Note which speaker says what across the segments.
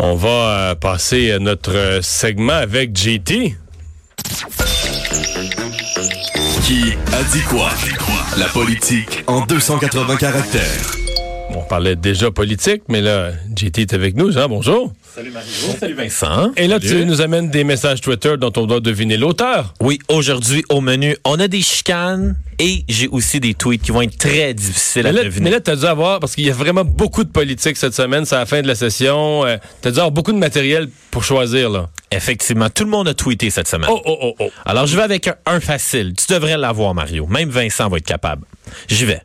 Speaker 1: On va euh, passer à notre euh, segment avec JT.
Speaker 2: Qui a dit quoi? La politique en 280 caractères.
Speaker 1: On parlait déjà politique, mais là, JT est avec nous. Jean, bonjour.
Speaker 3: Salut Mario. Salut Vincent.
Speaker 1: Et là, tu nous amènes des messages Twitter dont on doit deviner l'auteur.
Speaker 3: Oui, aujourd'hui au menu, on a des chicanes et j'ai aussi des tweets qui vont être très difficiles
Speaker 1: Mais
Speaker 3: à
Speaker 1: là, mais
Speaker 3: deviner.
Speaker 1: là, t'as dû avoir, parce qu'il y a vraiment beaucoup de politique cette semaine, c'est la fin de la session. euh, t'as dû avoir beaucoup de matériel pour choisir, là.
Speaker 3: Effectivement, tout le monde a tweeté cette semaine.
Speaker 1: Oh, oh, oh, oh.
Speaker 3: Alors, je vais avec un, un facile. Tu devrais l'avoir, Mario. Même Vincent va être capable. J'y vais.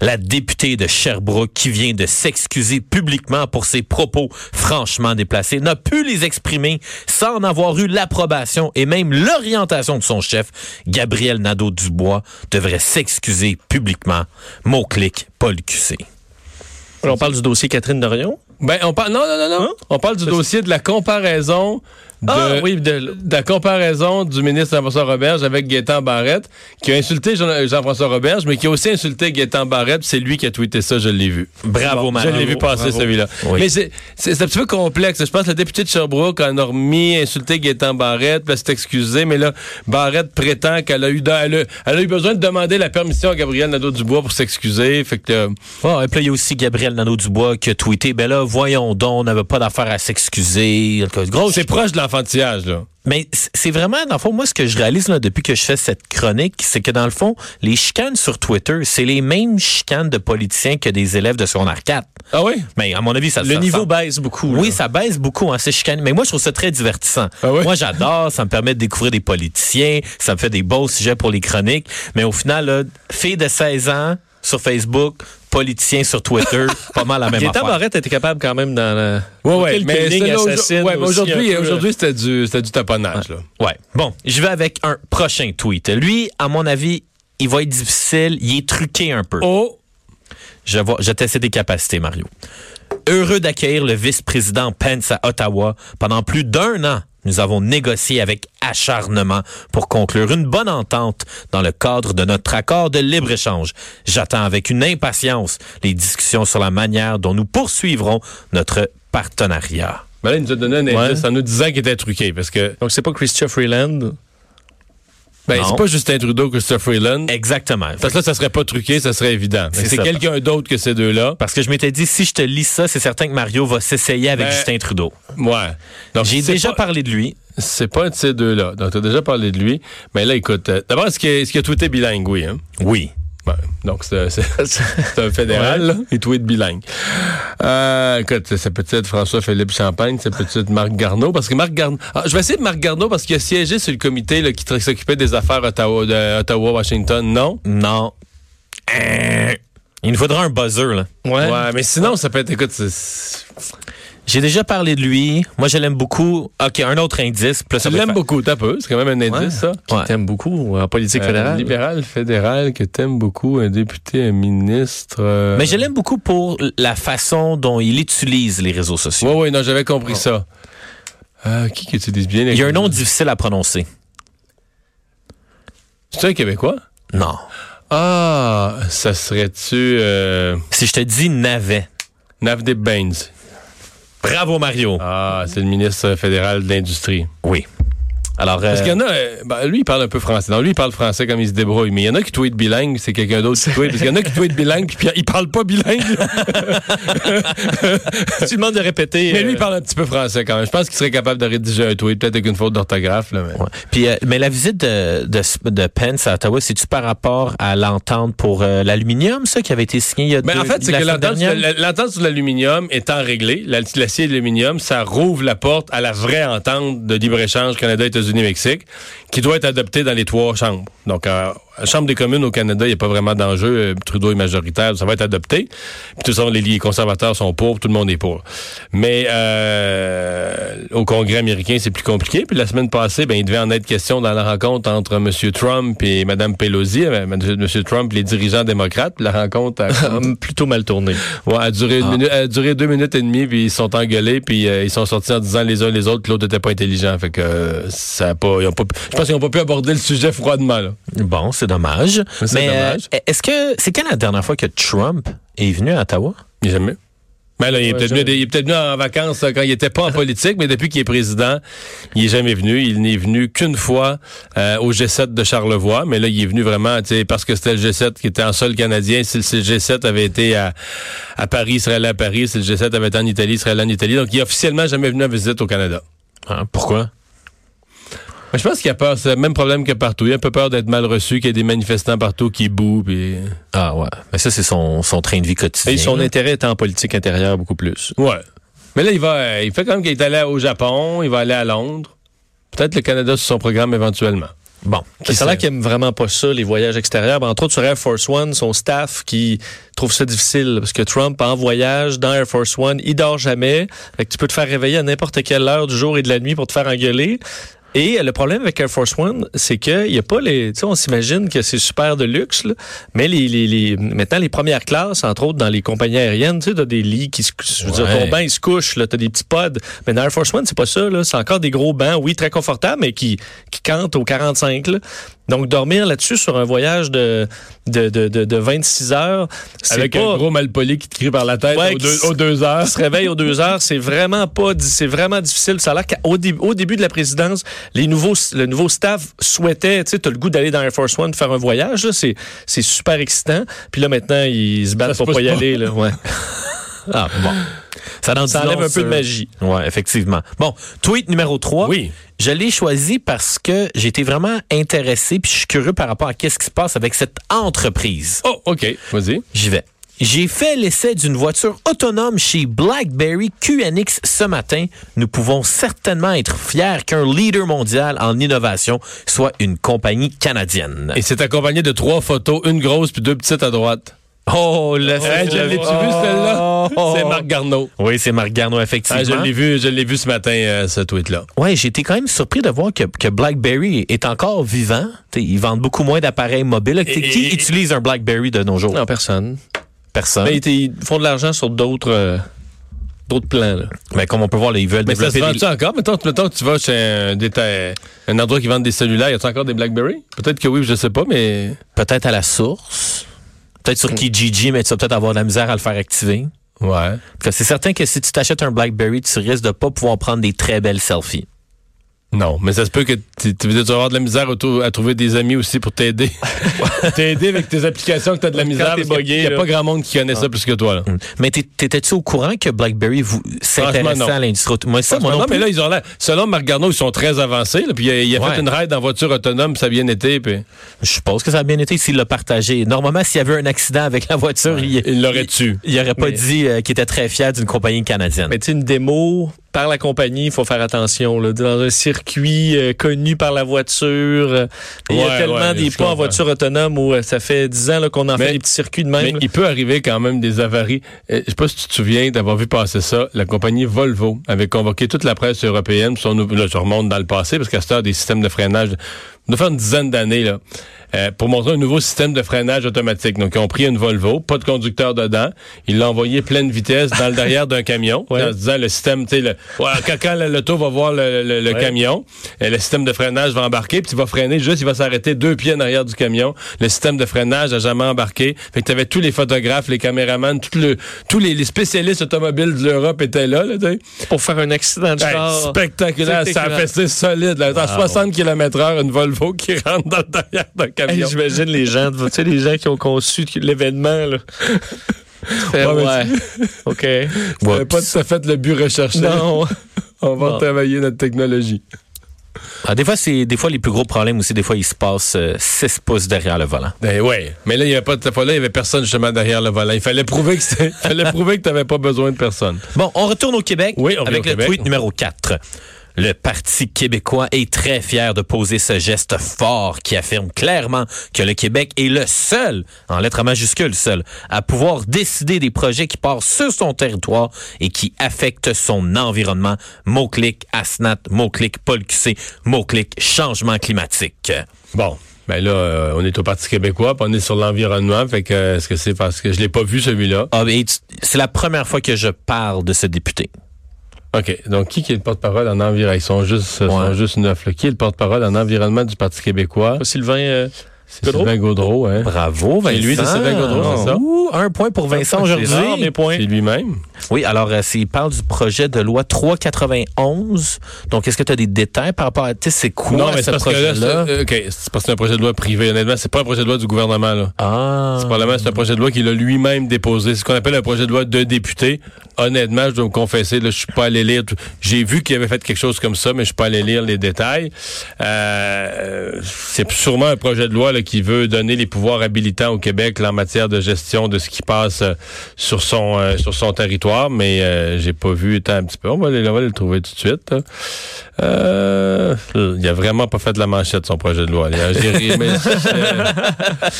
Speaker 3: La députée de Sherbrooke qui vient de s'excuser publiquement pour ses propos franchement déplacés n'a pu les exprimer sans en avoir eu l'approbation et même l'orientation de son chef, Gabriel Nadeau-Dubois, devrait s'excuser publiquement. Mot-clic, Paul QC.
Speaker 4: On parle du dossier Catherine Dorion.
Speaker 1: Ben, on parle, non, non, non, non. On parle du dossier de la comparaison de,
Speaker 4: Ah, oui, de-
Speaker 1: de la comparaison du ministre Jean-François Roberge avec Gaétan Barrette, qui a insulté Jean- Jean-François Roberge, mais qui a aussi insulté Gaétan Barrette. puis C'est lui qui a tweeté ça, je l'ai vu.
Speaker 3: Bravo,
Speaker 1: Je
Speaker 3: Mario.
Speaker 1: l'ai vu passer celui-là.
Speaker 3: Oui.
Speaker 1: Mais c'est c'est- c'est un petit peu complexe. Je pense que le député de Sherbrooke en a remis, insulté Gaétan Barrette, puis elle s'est excusée, mais là, Barrette prétend qu'elle a, eu de- elle a- elle a eu besoin de demander la permission à Gabriel Nadeau-Dubois pour s'excuser. Fait que... euh,
Speaker 3: Ouais, Ah, et puis là, il y a aussi Gabriel Nadeau-Dubois qui a tweeté, ben là, voyons donc, on n'avait pas d'affaire à s'excuser. Gros,
Speaker 1: C'est proche de l'enfantillage, là.
Speaker 3: Mais c- c'est vraiment, dans le fond, moi, ce que je réalise là, depuis que je fais cette chronique, c'est que dans le fond, les chicanes sur Twitter, c'est les mêmes chicanes de politiciens que des élèves de secondaire 4.
Speaker 1: Ah oui?
Speaker 3: Mais à mon avis, ça
Speaker 4: Le
Speaker 3: ça
Speaker 4: niveau
Speaker 3: ressemble.
Speaker 4: baisse beaucoup.
Speaker 3: Oui,
Speaker 4: là.
Speaker 3: ça baisse beaucoup, hein, ces chicanes. Mais moi, je trouve ça très divertissant.
Speaker 1: Ah oui?
Speaker 3: Moi, j'adore. Ça me permet de découvrir des politiciens. Ça me fait des beaux sujets pour les chroniques. Mais au final, là, fille de 16 ans sur Facebook, politicien sur Twitter, pas mal la même
Speaker 4: Gaétan
Speaker 3: affaire.
Speaker 4: Barrette était capable quand même euh, dans la...
Speaker 1: Ouais, ouais,
Speaker 4: Quelques
Speaker 1: mais
Speaker 4: lignes
Speaker 1: c'est là, aujourd- ouais,
Speaker 4: assassines
Speaker 1: mais
Speaker 4: aussi, un
Speaker 1: aujourd'hui,
Speaker 4: peu, Ah.
Speaker 1: aujourd'hui c'était du, c'était du taponnage. Là.
Speaker 3: Ouais. Bon, je vais avec un prochain tweet. Lui, à mon avis, il va être difficile. Il est truqué un peu.
Speaker 1: Oh,
Speaker 3: Je vais, je vais tester des capacités, Mario. Heureux d'accueillir le vice-président Pence à Ottawa. Pendant plus d'un an, nous avons négocié avec acharnement pour conclure une bonne entente dans le cadre de notre accord de libre-échange. J'attends avec une impatience les discussions sur la manière dont nous poursuivrons notre partenariat.
Speaker 1: ben là, il nous a donné un
Speaker 4: Ouais.
Speaker 1: indice en nous disant qu'il était truqué. Parce que,
Speaker 4: Donc, c'est pas Christian Freeland.
Speaker 1: ben,
Speaker 3: Non.
Speaker 1: c'est pas Justin Trudeau, Christopher Freeland.
Speaker 3: Exactement.
Speaker 1: Parce que là, ça serait pas truqué, ça serait évident. Mais
Speaker 3: C'est
Speaker 1: C'est
Speaker 3: ça.
Speaker 1: quelqu'un d'autre que ces deux-là.
Speaker 3: Parce que je m'étais dit, si je te lis ça, c'est certain que Mario va s'essayer avec
Speaker 1: Ben,
Speaker 3: Justin Trudeau.
Speaker 1: Ouais. Donc,
Speaker 3: J'ai
Speaker 1: c'est
Speaker 3: déjà
Speaker 1: pas-
Speaker 3: parlé de lui.
Speaker 1: C'est pas un de ces deux-là. Donc, t'as déjà parlé de lui. Mais là, écoute, euh, d'abord, est-ce qu'il est-ce qu'il a tweeté bilingue, oui, hein?
Speaker 3: Oui.
Speaker 1: Ben, donc, c'est c'est- c'est un fédéral, là. Il tweet bilingue. Euh, écoute, c'est- c'est peut-être François-Philippe Champagne, c'est peut-être Marc Garneau, parce que Marc Garneau... Ah, je vais essayer de Marc Garneau parce qu'il a siégé sur le comité là, qui tra- s'occupait des affaires Ottawa, de Ottawa-Washington, non?
Speaker 3: Non. Euh, Il nous faudra un buzzer, là.
Speaker 1: Ouais. mais sinon, ça peut être... Écoute, c'est-
Speaker 3: J'ai déjà parlé de lui. Moi, je l'aime beaucoup. OK, un autre indice. Puis là, ça
Speaker 1: tu
Speaker 3: va
Speaker 1: l'aimes
Speaker 3: faire-
Speaker 1: beaucoup, t'as peu. C'est quand même un indice, ça.
Speaker 4: Qui
Speaker 3: Ouais.
Speaker 4: t'aime beaucoup en politique
Speaker 1: Euh,
Speaker 4: fédérale.
Speaker 1: libéral fédéral que t'aimes beaucoup, un député, un ministre... euh,
Speaker 3: Mais je l'aime beaucoup pour la façon dont il utilise les réseaux sociaux.
Speaker 1: Ouais, ouais, non, j'avais compris ça. Euh, qui que tu dises bien?
Speaker 3: Oh. Il y a un nom difficile à prononcer.
Speaker 1: C'est un Québécois?
Speaker 3: Non.
Speaker 1: Ah, ça serait-tu euh,
Speaker 3: Si je te dis Navet.
Speaker 1: Navdeep Bains?
Speaker 3: Bravo, Mario.
Speaker 1: Ah, c'est le ministre fédéral de l'Industrie.
Speaker 3: Oui. Alors,
Speaker 1: Parce
Speaker 3: euh,
Speaker 1: qu'il y en a, euh, ben, lui, il parle un peu français. Non, lui, il parle français comme il se débrouille. Mais il y en a qui tweetent bilingue, c'est quelqu'un d'autre qui tweet. Parce qu'il y en a qui tweetent bilingue, puis il parle pas bilingue.
Speaker 3: euh,
Speaker 4: Si tu demandes de répéter.
Speaker 1: mais lui, il
Speaker 4: euh,
Speaker 1: parle un petit peu français quand même. Je pense qu'il serait capable de rédiger un tweet, peut-être avec une faute d'orthographe. là, mais-
Speaker 3: ouais. Puis, euh, mais la visite de, de, de Pence à Ottawa, c'est-tu par rapport à l'entente pour euh, l'aluminium, ça, qui avait été signée il y a
Speaker 1: Mais
Speaker 3: deux-
Speaker 1: Ben, en fait, c'est
Speaker 3: la
Speaker 1: que
Speaker 3: semaine
Speaker 1: l'entente
Speaker 3: dernière?
Speaker 1: sur- l'entente sur l'aluminium étant réglée, la- l'acier et l'aluminium, ça rouvre la porte à la vraie entente de libre-échange Canada, États-Unis, Mexique, qui doit être adoptée dans les trois chambres. Donc, euh, la Chambre des communes au Canada, il n'y a pas vraiment d'enjeu. Euh, Trudeau est majoritaire, ça va être adopté. Puis de toute façon, les, les conservateurs sont pour, tout le monde est pour. Mais euh, au Congrès américain, c'est plus compliqué. Puis la semaine passée, ben, il devait en être question dans la rencontre entre M. Trump et Mme Pelosi, euh, M. Trump et les dirigeants démocrates. Puis La rencontre a,
Speaker 4: Hum, Plutôt mal tourné.
Speaker 1: ouais, a duré une minute- a duré deux minutes et demie, puis ils se sont engueulés, puis euh, ils sont sortis en disant les uns les autres que l'autre n'était pas intelligent. Fait que euh, ça a pas, ils ont pas pu- je pense qu'ils n'ont pas pu aborder le sujet froidement. là.
Speaker 3: Bon, c'est dommage.
Speaker 1: Mais c'est
Speaker 3: Mais euh,
Speaker 1: dommage.
Speaker 3: est-ce que c'est quand la dernière fois que Trump est venu à Ottawa?
Speaker 1: Il est jamais. Mais là, il est peut-être
Speaker 4: jamais.
Speaker 1: venu, il est peut-être venu en vacances là, quand il était pas en politique, mais depuis qu'il est président, il est jamais venu. Il n'est venu qu'une fois euh, au G7 de Charlevoix, mais là, il est venu vraiment tu sais, parce que c'était le G7 qui était en sol canadien. Si le si le G7 avait été à, à Paris, il serait allé à Paris. Si le G7 avait été en Italie, il serait allé en Italie. Donc, il est officiellement jamais venu en visite au Canada.
Speaker 3: Hein, pourquoi?
Speaker 1: Mais je pense qu'il a peur, c'est le même problème que partout. Il a un peu peur d'être mal reçu, qu'il y ait des manifestants partout qui bouent. Puis...
Speaker 3: Ah ouais. Mais ça, c'est son, son train de vie quotidien.
Speaker 4: Et son
Speaker 3: là.
Speaker 4: intérêt était en politique intérieure beaucoup plus.
Speaker 1: Ouais. Mais là, il va. euh, Il fait quand même qu'il est allé au Japon, il va aller à Londres. Peut-être le Canada sur son programme éventuellement.
Speaker 3: Bon.
Speaker 4: Ça a
Speaker 1: sait?
Speaker 4: l'air qu'il aime vraiment pas ça, les voyages extérieurs. Ben, entre autres, sur Air Force One, son staff qui trouve ça difficile parce que Trump, en voyage dans Air Force One, il dort jamais. Fait que tu peux te faire réveiller à n'importe quelle heure du jour et de la nuit pour te faire engueuler. Et euh, le problème avec Air Force One, c'est que y a pas les. Tu sais, on s'imagine que c'est super de luxe, là, mais les, les, les- maintenant les premières classes, entre autres dans les compagnies aériennes, tu sais, t'as des lits qui se, je veux dire,
Speaker 3: Ouais.
Speaker 4: ton bain il se couche, là, t'as des petits pods. Mais dans Air Force One, c'est pas ça, là. C'est encore des gros bancs, oui, très confortables, mais qui, qui cantent aux 45, là. Donc dormir là-dessus sur un voyage de de, de, de, de 26 heures, c'est
Speaker 1: Avec
Speaker 4: pas.
Speaker 1: un gros malpoli qui te crie par la tête
Speaker 4: Ouais,
Speaker 1: aux,
Speaker 4: qui
Speaker 1: deux,
Speaker 4: s-
Speaker 1: aux deux heures.
Speaker 4: On se réveille aux deux heures, c'est vraiment pas, di- c'est vraiment difficile. Ça a l'air qu'au dé- au début de la présidence, les nouveaux, le nouveau staff souhaitait, tu sais, t'as le goût d'aller dans Air Force One faire un voyage, là, c'est, c'est super excitant. Puis là maintenant, ils se battent
Speaker 1: Ça se
Speaker 4: pour pas y
Speaker 1: pousse pas.
Speaker 4: aller, là, ouais.
Speaker 3: Ah, bon. Ça, en dit
Speaker 4: Ça enlève
Speaker 3: long
Speaker 4: un peu
Speaker 3: sur-
Speaker 4: de magie.
Speaker 3: Ouais, effectivement. Bon, tweet numéro 3.
Speaker 1: Oui.
Speaker 3: Je l'ai choisi parce que j'étais vraiment intéressé puis je suis curieux par rapport à qu'est-ce qui se passe avec cette entreprise.
Speaker 1: Oh, OK. Vas-y.
Speaker 3: J'y vais. J'ai fait l'essai d'une voiture autonome chez BlackBerry QNX ce matin. Nous pouvons certainement être fiers qu'un leader mondial en innovation soit une compagnie canadienne.
Speaker 1: Et c'est accompagné de trois photos, une grosse puis deux petites à droite.
Speaker 3: Oh, le
Speaker 1: Hey, je l'ai-tu vu, celle-là?
Speaker 4: Oh.
Speaker 1: C'est Marc Garneau.
Speaker 3: Oui, c'est Marc Garneau,
Speaker 1: Ah, je
Speaker 3: effectivement.
Speaker 1: l'ai vu, je l'ai vu ce matin, euh, ce tweet-là.
Speaker 3: Ouais, j'étais quand même surpris de voir que, que BlackBerry est encore vivant. T'sais, ils vendent beaucoup moins d'appareils mobiles. T'sais,
Speaker 1: Et-
Speaker 3: qui
Speaker 1: et-
Speaker 3: utilise un BlackBerry de nos jours?
Speaker 4: Non, personne.
Speaker 1: Ben,
Speaker 3: Personne.
Speaker 4: Mais
Speaker 3: Mais,
Speaker 4: ils, ils font de l'argent sur d'autres, euh, d'autres plans, là.
Speaker 3: comme on peut voir, là, ils veulent
Speaker 1: Mais ça se
Speaker 3: développer
Speaker 1: vend
Speaker 3: des-
Speaker 1: tu encore? Mettons, mettons que tu vas chez un, détail- un endroit qui vend des cellulaires, y a encore des BlackBerry? Peut-être que oui, je sais pas, mais...
Speaker 3: peut-être à la source. Peut-être
Speaker 1: Mm.
Speaker 3: sur Kijiji, mais tu vas peut-être avoir de la misère à le faire activer.
Speaker 1: Ouais.
Speaker 3: Parce que C'est certain que si tu t'achètes un BlackBerry, tu risques de pas pouvoir prendre des très belles selfies.
Speaker 1: Non, mais ça se peut que tu, tu veux dire, tu vas avoir de la misère à, trou- à trouver des amis aussi pour t'aider. t'aider avec tes applications que t'as de la misère.
Speaker 4: t'es
Speaker 1: parce que
Speaker 4: bugué,
Speaker 1: y a
Speaker 4: là.
Speaker 1: pas grand monde qui connaît ça plus que toi. Là.
Speaker 3: Mm. Mais t'es- t'étais-tu au courant que BlackBerry vous- s'intéressait
Speaker 1: non.
Speaker 3: à l'industrie auto- Moi, ça, moi
Speaker 1: non,
Speaker 3: non
Speaker 1: mais
Speaker 3: plus.
Speaker 1: là, ils ont l'air. Selon Marc Garneau, ils sont très avancés. là, puis il a, il a
Speaker 3: Ouais.
Speaker 1: fait une raid en voiture autonome, ça a bien été. Puis
Speaker 3: Je suppose que ça a bien été s'il l'a partagé. Normalement, s'il y avait un accident avec la voiture, il,
Speaker 1: il l'aurait tué.
Speaker 3: il aurait pas
Speaker 4: Mais-
Speaker 3: dit euh, qu'il était très fier d'une compagnie canadienne.
Speaker 4: Mais tu sais, une démo par la compagnie, il faut faire attention. Là, dans un circuit euh, connu par la voiture, euh, il y
Speaker 1: Ouais,
Speaker 4: a tellement
Speaker 1: ouais,
Speaker 4: des
Speaker 1: je
Speaker 4: pas
Speaker 1: comprends.
Speaker 4: en voiture autonome où euh, ça fait 10 ans là, qu'on en
Speaker 1: Mais-
Speaker 4: fait des petits circuits de
Speaker 1: Mais
Speaker 4: même. là.
Speaker 1: il peut arriver quand même des avaries. Euh, Je sais pas si tu te souviens d'avoir vu passer ça. La compagnie Volvo avait convoqué toute la presse européenne. Son, là, je remonte dans le passé parce qu'à cette heure, des systèmes de freinage, de faire une dizaine d'années, là, euh, pour montrer un nouveau système de freinage automatique. Donc, ils ont pris une Volvo, pas de conducteur dedans. Ils l'ont envoyé pleine vitesse dans le derrière d'un camion, en se disant le système, tu sais, le- ouais, quand, quand le- l'auto va voir le, le- le camion, euh, le système de freinage va embarquer, puis il va freiner juste, il va s'arrêter deux pieds en arrière du camion. Le système de freinage a jamais embarqué. Fait que t'avais tous les photographes, les caméramans, tout le- tous les, les spécialistes automobiles de l'Europe étaient là, là, tu sais.
Speaker 4: pour faire un accident de
Speaker 3: Ben,
Speaker 1: Hey,
Speaker 4: char.
Speaker 1: spectaculaire, ça a
Speaker 4: Spectaculaire.
Speaker 1: fait c'est solide. Là, à 60 km heure, une Volvo qui rentre dans le derrière d'un
Speaker 4: Hey,
Speaker 1: camion.
Speaker 4: J'imagine les gens, tu sais, les gens qui ont conçu l'événement. Là. Fait,
Speaker 1: Ouais,
Speaker 4: ouais. OK. Euh,
Speaker 1: J'avais pas tout à fait le but recherché.
Speaker 4: Non.
Speaker 1: On va
Speaker 4: Bon.
Speaker 1: travailler notre technologie.
Speaker 3: Ah, des fois, c'est des fois les plus gros problèmes aussi. Des fois, il se passe
Speaker 4: euh,
Speaker 3: 6 pouces derrière le volant.
Speaker 1: Ben ouais. Mais là, il y avait pas cette fois-là, il y avait personne justement derrière le volant. Il fallait prouver que c'était- il fallait prouver que t'avais pas besoin de personne.
Speaker 3: Bon, on retourne au Québec
Speaker 1: Oui, on revient
Speaker 3: avec
Speaker 1: au
Speaker 3: le
Speaker 1: Québec.
Speaker 3: tweet numéro 4.
Speaker 4: Le Parti québécois est très fier de poser ce geste fort qui affirme clairement que le Québec est le seul, en lettres majuscules seul, à pouvoir décider des projets qui partent sur son territoire et qui affectent son environnement. Mot-clic, Asnat, mot-clic, Paul QC, mot-clic, changement climatique.
Speaker 1: Bon. Ben là, euh, on est au Parti québécois, puis on est sur l'environnement. Fait que euh, est-ce que c'est parce que je l'ai pas vu celui-là?
Speaker 4: Ah, mais tu- c'est la première fois que je parle de ce député.
Speaker 1: OK. Donc, qui, qui est le porte-parole en environnement? Ils sont juste, euh,
Speaker 4: Ouais.
Speaker 1: sont juste neuf. là. Qui est le porte-parole en environnement du Parti québécois?
Speaker 4: Ah,
Speaker 3: Sylvain, euh,
Speaker 1: C'est
Speaker 3: Gaudreau?
Speaker 1: Sylvain Gaudreau, hein?
Speaker 4: Bravo, Vincent.
Speaker 1: C'est lui, c'est Sylvain Gaudreau, c'est ça?
Speaker 4: Ouh, un point pour Vincent aujourd'hui.
Speaker 3: c'est rare, mes points.
Speaker 1: C'est lui-même.
Speaker 4: Oui, alors, euh, c'est- il parle du projet de loi 391. Donc, est-ce que tu as des détails par rapport à, tu sais, c'est quoi
Speaker 1: non, mais
Speaker 4: ce
Speaker 1: c'est parce que là,
Speaker 4: projet-là?
Speaker 1: c'est- euh, OK, c'est parce que c'est un projet de loi privé. Honnêtement, c'est pas un projet de loi du gouvernement, là.
Speaker 4: Ah.
Speaker 1: C'est probablement c'est un projet de loi qu'il a lui-même déposé. C'est ce qu'on appelle un projet de loi de député. Honnêtement, je dois me confesser, là, je suis pas allé lire. tout. J'ai vu qu'il avait fait quelque chose comme ça, mais je suis pas allé lire les détails. Euh, c'est sûrement un projet de loi là, qui veut donner les pouvoirs habilitants au Québec là, en matière de gestion de ce qui passe euh, sur son euh, sur son territoire, mais euh, j'ai pas vu tant un petit peu. On va aller, on va aller le trouver tout de suite. là. Euh, il a vraiment pas fait de la manchette son projet de loi. là. J'ai ri, mais- euh,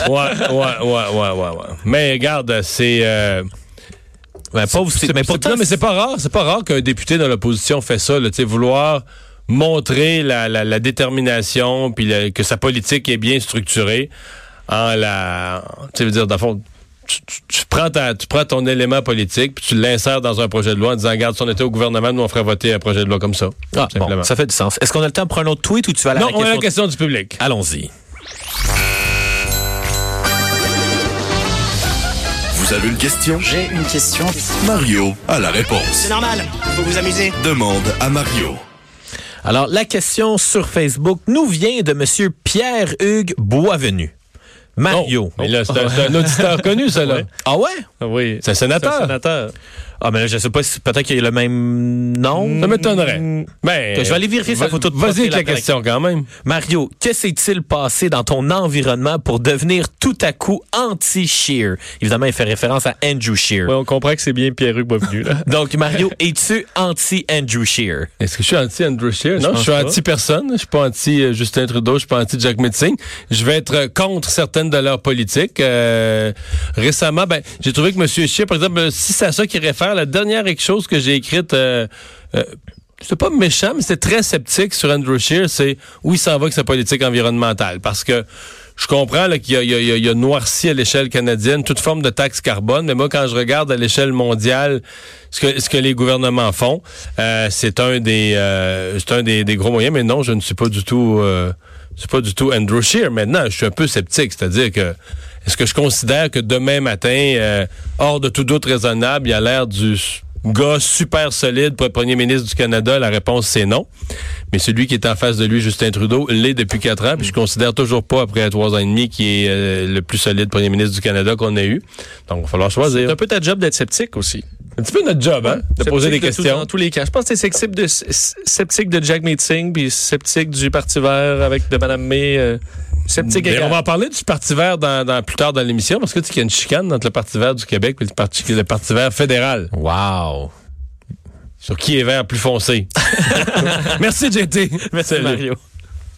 Speaker 1: ouais, ouais, ouais, ouais, ouais, ouais. Mais regarde, c'est. euh,
Speaker 4: Ben, pauvre, c'est- mais pourtant,
Speaker 1: non, mais c'est pas rare, c'est pas rare qu'un député dans l'opposition fait ça, là, tu sais, vouloir montrer la, la- la détermination puis la- que sa politique est bien structurée en la, tu sais, veux dire, dans le fond, tu, tu- tu prends ta- tu prends ton élément politique puis tu l'insères dans un projet de loi en disant, regarde, si on était au gouvernement, nous on ferait voter un projet de loi comme ça.
Speaker 4: Ah,
Speaker 1: Tout simplement.
Speaker 4: bon, ça fait du sens. Est-ce qu'on a le temps pour un autre tweet ou tu vas aller
Speaker 1: non,
Speaker 4: à la
Speaker 1: on a
Speaker 4: question?
Speaker 1: la question du public.
Speaker 4: Allons-y.
Speaker 2: Vous avez une question?
Speaker 5: J'ai une question.
Speaker 2: Mario a la réponse.
Speaker 5: C'est normal, faut vous amuser.
Speaker 2: Demande à Mario.
Speaker 4: Alors, la question sur Facebook nous vient de Monsieur Pierre-Hugues Boisvenu. Mario.
Speaker 1: Mais là, c'est un, c'est un auditeur connu, ça, là.
Speaker 4: Ah Oh. ouais?
Speaker 3: ah oui.
Speaker 1: C'est un
Speaker 3: C'est un
Speaker 1: sénateur.
Speaker 3: sénateur.
Speaker 4: Ah, mais là, je sais pas si peut-être qu'il y a le même nom.
Speaker 1: Ça m'étonnerait. Ben,
Speaker 4: Je vais aller vérifier sa
Speaker 1: va-
Speaker 4: photo de
Speaker 1: Vas-y
Speaker 4: profil
Speaker 1: avec la
Speaker 4: après.
Speaker 1: question quand même.
Speaker 4: Mario, que s'est-il passé dans ton environnement pour devenir tout à coup anti-Shear? Évidemment, il fait référence à Andrew Shear.
Speaker 3: Ouais, on comprend que c'est bien Pierre-Hugues Boisvenu, là.
Speaker 4: Donc, Mario, es-tu anti-Andrew Shear?
Speaker 1: Est-ce que je suis anti-Andrew Scheer? Non,
Speaker 3: pense
Speaker 1: je suis
Speaker 3: pas.
Speaker 1: anti-personne. Je suis pas anti-Justin Trudeau. Je suis pas anti-Jack Metzing. Je vais être euh, contre certaines de leurs politiques. Euh, récemment, ben, j'ai trouvé que M. Scheer, par exemple, euh, si c'est à ça qu'il réfère, la dernière chose que j'ai écrite... Euh, euh, c'est pas méchant, mais c'est très sceptique sur Andrew Scheer, c'est où il s'en va avec sa politique environnementale. Parce que je comprends là, qu'il y a, il y a- il y a- il y a noirci à l'échelle canadienne toute forme de taxe carbone, mais moi, quand je regarde à l'échelle mondiale ce que, ce que les gouvernements font, euh, c'est un des euh, c'est un des, des gros moyens. Mais non, je ne suis pas du tout euh, je suis pas du tout Andrew Scheer. Maintenant, je suis un peu sceptique, c'est-à-dire que est-ce que je considère que demain matin, euh, hors de tout doute raisonnable, il y a l'air du s- gars super solide pour être premier ministre du Canada? La réponse, c'est non. Mais celui qui est en face de lui, Justin Trudeau, l'est depuis quatre ans. Puis je considère toujours pas, après trois ans et demi, qui est euh, le plus solide premier ministre du Canada qu'on ait eu. Donc, il va falloir
Speaker 3: C'est
Speaker 1: choisir.
Speaker 3: un peu ta job d'être sceptique aussi.
Speaker 1: Un petit peu notre job, hein? De poser des
Speaker 3: Sceptique de tout-
Speaker 1: questions.
Speaker 3: Dans tous les cas. Je pense que c'est sceptique de, sceptique de Jack Meeting, puis sceptique du Parti vert avec de Mme May. euh, sceptique
Speaker 1: Mais on
Speaker 3: également.
Speaker 1: va en parler du Parti vert dans, dans- plus tard dans l'émission, parce que tu sais qu'il y a une chicane entre le Parti vert du Québec et le Parti, le Parti vert fédéral.
Speaker 4: Wow!
Speaker 1: Sur qui est vert plus foncé. Merci, JT.
Speaker 3: Merci,
Speaker 1: Salut.
Speaker 3: Mario.